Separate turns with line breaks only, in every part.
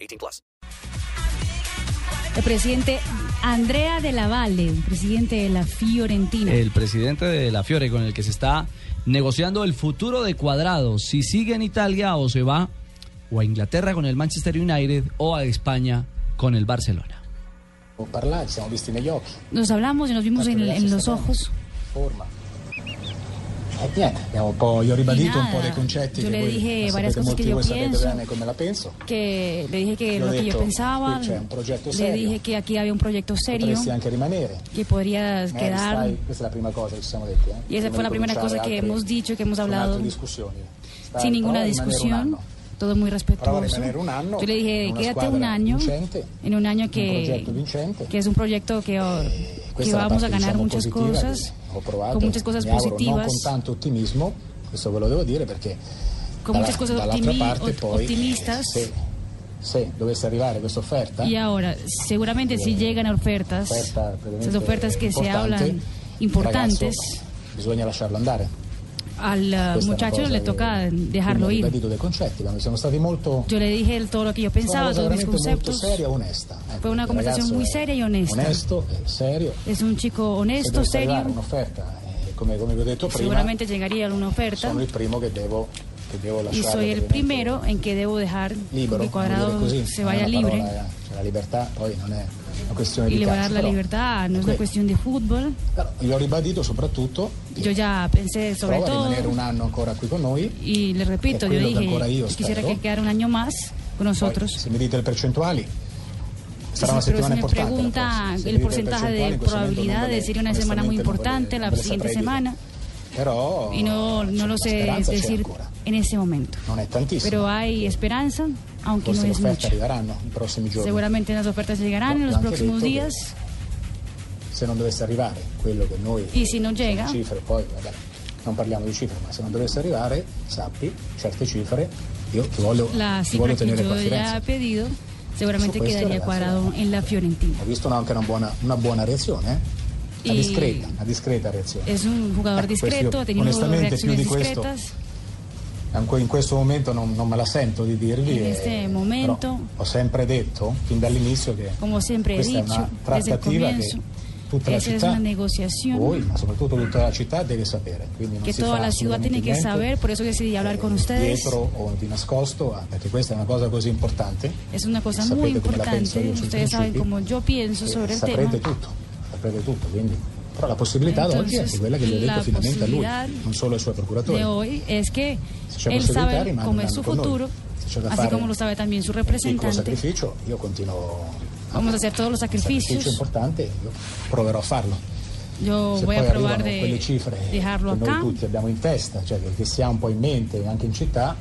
18 plus.
El presidente Andrea de la Valle, presidente de la Fiorentina.
El presidente de la Fiore con el que se está negociando el futuro de Cuadrado, si sigue en Italia o se va o a Inglaterra con el Manchester United o a España con el Barcelona.
parlare, siamo visti negli occhi.
Nos hablamos y nos vimos en, en los ojos.
Forma. E niente, abbiamo un po', io ho ribadito un po' dei concetti
Io
che
Ah, le
voi
dije
ma
varias
sapete
cose
molti
che io
voi sapete
penso.
bene come la penso.
Que le dije que
Lo
lo que yo
dicho,
pensaba,
escucha, un proyecto
le
serio.
dije que aquí había un proyecto serio,
Potresti anche rimanere.
que podrías
Eh,
quedar.
stai- questa è la prima cosa che ci siamo detti. Eh?
Y esa fue
Prima
la
di
primera
cominciare
cosa que
altre-
hemos dicho, que hemos
con
hablado.
altre discusioni. Stai
sin
un po',
ninguna
rimanere un
discusión,
anno.
todo muy
Prova a
respetuoso.
rimanere un anno
Yo le
in
dije,
una
quédate un
squadra
año
vincente,
en un año
un
que,
proyecto vincente.
que es un proyecto que, oh, que
Questa è la
vamos a
parte,
ganar
diciamo,
muchas
positiva che
cosas,
ho provato,
con muchas cosas
mi auguro, non
positivas,
con tanto ottimismo, questo ve lo devo dire perché
con
dalla-
muchas cosas
dall'altra
optimi-
parte
ot-
poi eh,
optimistas.
se, se dovesse arrivare questa offerta
Y ahora, seguramente si llegan ofertas,
Eh, oferta
esas
veramente
ofertas que se
importante,
hablan
ragazzo,
importantes,
bisogna lasciarlo andare
al eh,
Questa è una
muchacho
cosa
le
che-
toca dejarlo
quindi ho
ir.
ribadito dei concetti quando siamo stati molto
Yo le dije el- todo lo que yo
Fue una
pensaba,
cosa
todos mis
veramente molto
conceptos.
seria e onesta. Ecco,
Fue una
il
conversazione
ragazzo
muy
è
seria e onesta.
Onesto, è serio.
Es un chico
Se
honesto,
dovesse arrivare
serio.
un'offerta, eh, come, come vi ho detto prima,
Seguramente llegaría una oferta
sono il primo che devo, che devo
y
lasciare.
soy el
ovviamente,
primero en que debo dejar
libero,
que
vuol
Cuadrado
dire così,
se
non è
vaya
una
libre
parola, eh, cioè, la libertà poi non è una questione
y
di
le voy a
calcio,
dar la
però-
libertad. No es una
que-
cuestión de fútbol.
però io ho ribadito soprattutto che
Yo ya pensé sobre
prova a rimanere
todo
un anno ancora qui con noi.
y le repito,
Es
yo
quello che ancora
dije,
io
quisiera
spero.
que quedara un año más con
Poi,
nosotros.
se mi dite le percentuali, sarà una
Entonces, pero
settimana
si me
importante. la
pregunta
prossima. pues. Se mi
el
dite
porcentaje
percentuali,
de
in questo momento
probabilidad
non ve
de
le-
sería una semana muy
onestamente non ve le-
importante la
non ve le
siguiente
saprei dire.
semana
Però
y no,
c'è
no lo
una
sé
speranza, c'è
decir
ancora.
en ese momento.
Non è tantissimo.
Pero hay esperanza, aunque no
Forse le
es
offerte
mucha.
arriveranno nei prossimi giorni.
Seguramente las ofertas llegarán
No,
en los
anche
próximos
detto che-
días.
Se non dovesse arrivare quello che noi
Y si non llega?
sono cifre, poi vabbè, non parliamo di cifre, ma se non dovesse arrivare, sappi, certe cifre, io ti voglio,
La
ti
cifra
voglio
que
tenere qua a
yo ya he
Firenze.
pedido seguramente
Su questo,
quedaría
ragazzi,
cuadrado en la Fiorentina.
Ho visto una- anche una buona, una buona reazione, eh? una
E-
discreta, una discreta reazione.
Es un jugador
Ecco, questo
discreto,
io,
ha tenido
onestamente, più
reacciones
di questo,
discretas.
Anche in questo momento non, non me la sento di dirvi.
In
eh,
questo
però
momento-
ho sempre detto, fin dall'inizio, che
Como siempre he
questa è
dicho
una
desde el
trattativa che
comienzo,
tutta la
esa es una
città
negociación
Voi, ma soprattutto tutta la città deve sapere. Quindi non
que
si
toda
fa
la ciudad tiene que
assolutamente
saber, por eso decidí
niente,
hablar con
eh,
ustedes.
Dietro o di nascosto, ah, perché questa è una cosa così importante.
Es una cosa
Sapete
muy
come la penso
importante,
io sui
ustedes saben
principi,
cómo yo pienso
eh,
sobre el tema.
saprete tutto, saprete tutto, quindi. Però la possibilità ad oggi è
Entonces,
anche quella che gli ho
la
detto finalmente a lui,
possibilidad
non solo ai suoi procuratori.
De hoy es que
Se c'è
él
possibilità,
sabe
rimane
cómo
un
es su
anno con noi.
futuro,
Se c'è da
así
fare
como lo sabe también su
Un piccolo
representante.
sacrificio, io continuo.
Vamos a hacer todos los
Un sacrificio
sacrificios.
importante, io proverò a farlo.
Yo
Se
voy
poi
a probar
arrivano
de
quelle cifre
dejarlo
che noi
acá.
tutti abbiamo in testa, cioè che, che si ha un po' in mente anche in città,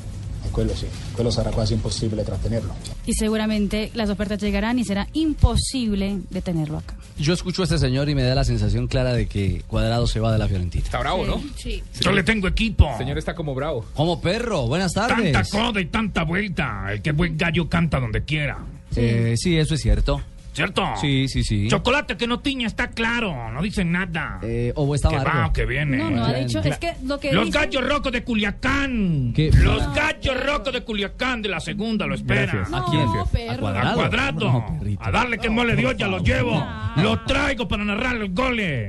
e quello sì, quello sarà quasi impossibile trattenerlo.
Y seguramente las ofertas llegarán y será imposible detenerlo acá.
Yo escucho a este señor y me da la sensación clara de que Cuadrado se va de la Fiorentina.
Está bravo, ¿no?
Sí.
Yo le tengo equipo.
El señor está como bravo.
Como perro, buenas tardes.
Tanta coda y tanta vuelta. El que es buen gallo canta donde quiera.
Eh, sí, eso es cierto.
¿Cierto?
Sí, sí, sí.
Chocolate que no tiña está claro. No dicen nada.
Eh, o está
que va
amargo.
o que viene.
No, no ha
Bueno,
dicho,
claro.
es que lo que
Los
dice-
gallos rocos de Culiacán.
¿Qué?
Los
No,
gallos
perro.
rocos de Culiacán de la segunda lo esperan.
¿A
No,
quién?
perro.
¿A
A
cuadrado?
cuadrado.
No, perrito.
a darle que mole
por
Dios, ya lo
favor.
llevo.
No.
Lo traigo para narrar los goles.